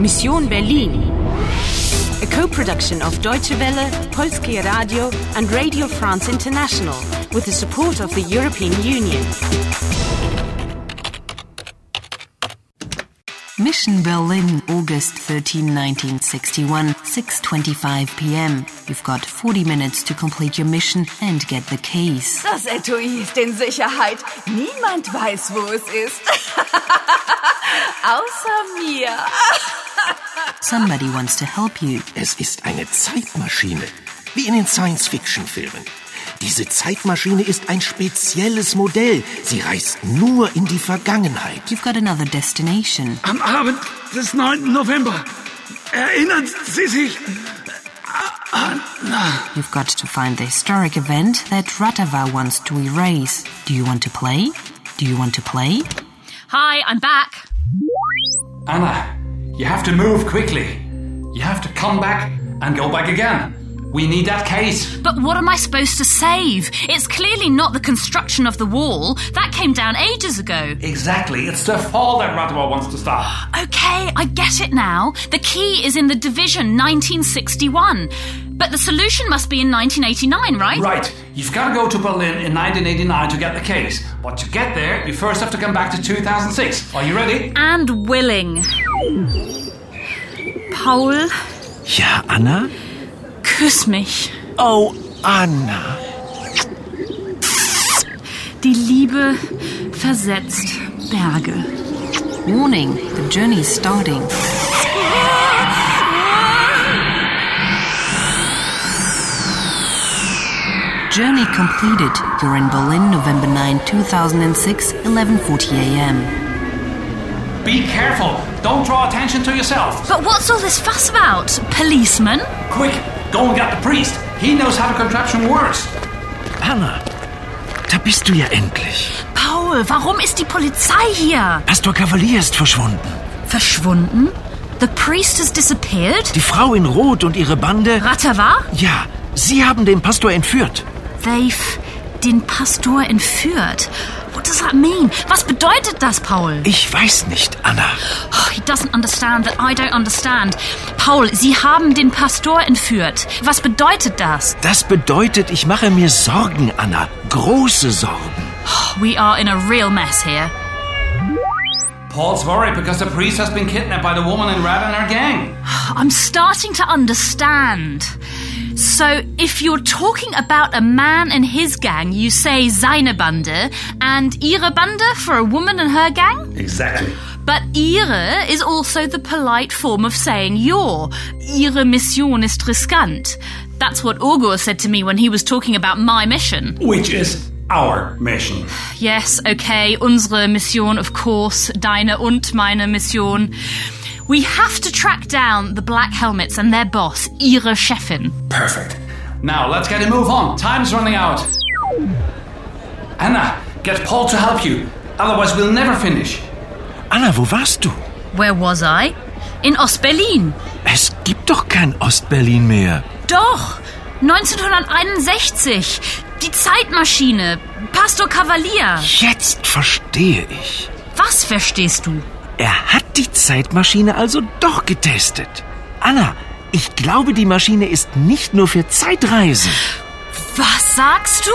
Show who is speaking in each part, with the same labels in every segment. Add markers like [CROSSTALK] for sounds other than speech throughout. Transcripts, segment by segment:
Speaker 1: Mission Berlin. A co-production of Deutsche Welle, Polskie Radio and Radio France International with the support of the European Union.
Speaker 2: Mission Berlin, August 13, 1961, 6.25 p.m. You've got 40 minutes to complete your mission and get the keys.
Speaker 3: Das Etui ist in Sicherheit. Niemand weiß, wo es ist. [LAUGHS] Außer mir.
Speaker 2: Somebody wants to help you.
Speaker 4: Es ist eine Zeitmaschine, wie in den Science-Fiction-Filmen. Diese Zeitmaschine ist ein spezielles Modell. Sie reist nur in die Vergangenheit.
Speaker 2: You've got another destination.
Speaker 5: Am Abend des 9. November. Erinnern Sie sich
Speaker 2: You've got to find the historic event that Ratava wants to erase. Do you want to play? Do you want to play?
Speaker 6: Hi, I'm back.
Speaker 5: Anna, you have to move quickly. You have to come back and go back again. We need that case.
Speaker 6: But what am I supposed to save? It's clearly not the construction of the wall. That came down ages ago.
Speaker 5: Exactly. It's the fall that Radwa wants to stop.
Speaker 6: Okay, I get it now. The key is in the division 1961. But the solution must be in 1989, right?
Speaker 5: Right. You've got to go to Berlin in 1989 to get the case. But to get there, you first have to come back to 2006. Are you ready?
Speaker 6: And willing. Paul,
Speaker 4: Ja, Anna?
Speaker 6: küss mich.
Speaker 4: Oh, Anna.
Speaker 6: Die Liebe versetzt Berge.
Speaker 2: Warning, the journey's starting. Journey completed. You're in Berlin, November 9, 2006, 11:40 a.m.
Speaker 5: Be careful. Don't draw attention to yourself.
Speaker 6: But what's all this fuss about? Policeman?
Speaker 5: Quick, go and get the priest. He knows how the contraption works.
Speaker 4: Anna, da bist du ja endlich.
Speaker 6: Paul, warum ist die Polizei hier?
Speaker 4: Pastor Cavalier ist verschwunden.
Speaker 6: Verschwunden? The priest has disappeared?
Speaker 4: Die Frau in Rot und ihre Bande.
Speaker 6: Ratava?
Speaker 4: Ja, sie haben den Pastor entführt.
Speaker 6: They've den Pastor entführt. What does that mean? Was bedeutet das, Paul?
Speaker 4: Ich weiß nicht, Anna.
Speaker 6: Oh, he doesn't understand that I don't understand. Paul, Sie haben den Pastor entführt. Was bedeutet das?
Speaker 4: Das bedeutet, ich mache mir Sorgen, Anna. Große Sorgen.
Speaker 6: We are in a real mess here.
Speaker 5: Paul's worried because the priest has been kidnapped by the woman in red and her gang.
Speaker 6: [SIGHS] I'm starting to understand. So, if you're talking about a man and his gang, you say seine Bande and ihre Bande for a woman and her gang?
Speaker 5: Exactly.
Speaker 6: But ihre is also the polite form of saying your. Ihre Mission ist riskant. That's what Orgor said to me when he was talking about my mission.
Speaker 5: Which is our mission.
Speaker 6: Yes, okay, unsere Mission, of course, deine und meine Mission. We have to track down the Black Helmets and their boss, ihre Chefin.
Speaker 5: Perfect. Now let's get a move on. Time's running out. Anna, get Paul to help you. Otherwise, we'll never finish.
Speaker 4: Anna, wo warst du?
Speaker 6: Where was I? In Ostberlin.
Speaker 4: Es gibt doch kein Ostberlin mehr.
Speaker 6: Doch, 1961. Die Zeitmaschine. Pastor Cavalier.
Speaker 4: Jetzt verstehe ich.
Speaker 6: Was verstehst du?
Speaker 4: Er hat die Zeitmaschine also doch getestet. Anna, ich glaube, die Maschine ist nicht nur für Zeitreisen.
Speaker 6: Was sagst du?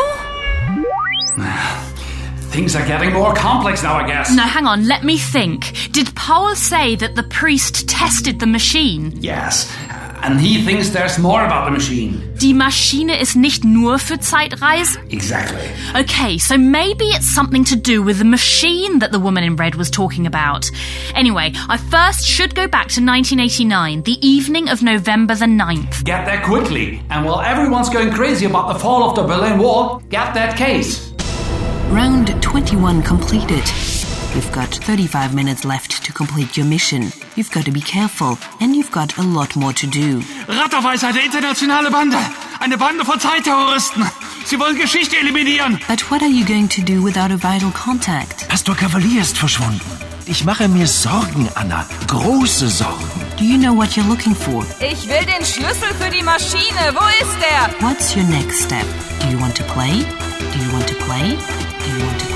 Speaker 5: Things are getting more complex now, I guess.
Speaker 6: No, hang on, let me think. Did Paul say that the priest tested the machine?
Speaker 5: Yes. And he thinks there's more about the machine.
Speaker 6: Die Maschine ist nicht nur für Zeitreisen?
Speaker 5: Exactly.
Speaker 6: Okay, so maybe it's something to do with the machine that the woman in red was talking about. Anyway, I first should go back to 1989, the evening of November the 9th.
Speaker 5: Get there quickly. And while everyone's going crazy about the fall of the Berlin Wall, get that case.
Speaker 2: Round 21 completed. You've got 35 minutes left to complete your mission. You've got to be careful, and you've got a lot more to do.
Speaker 7: Ratterfall ist eine internationale Bande. Eine Bande von Zeitterroristen. Sie wollen Geschichte eliminieren.
Speaker 2: But what are you going to do without a vital contact?
Speaker 4: Pastor Cavalier ist verschwunden. Ich mache mir Sorgen, Anna. Große Sorgen.
Speaker 2: Do you know what you're looking for?
Speaker 3: Ich will den Schlüssel für die Maschine. Wo ist er?
Speaker 2: What's your next step? Do you want to play? Do you want to play? Do you want to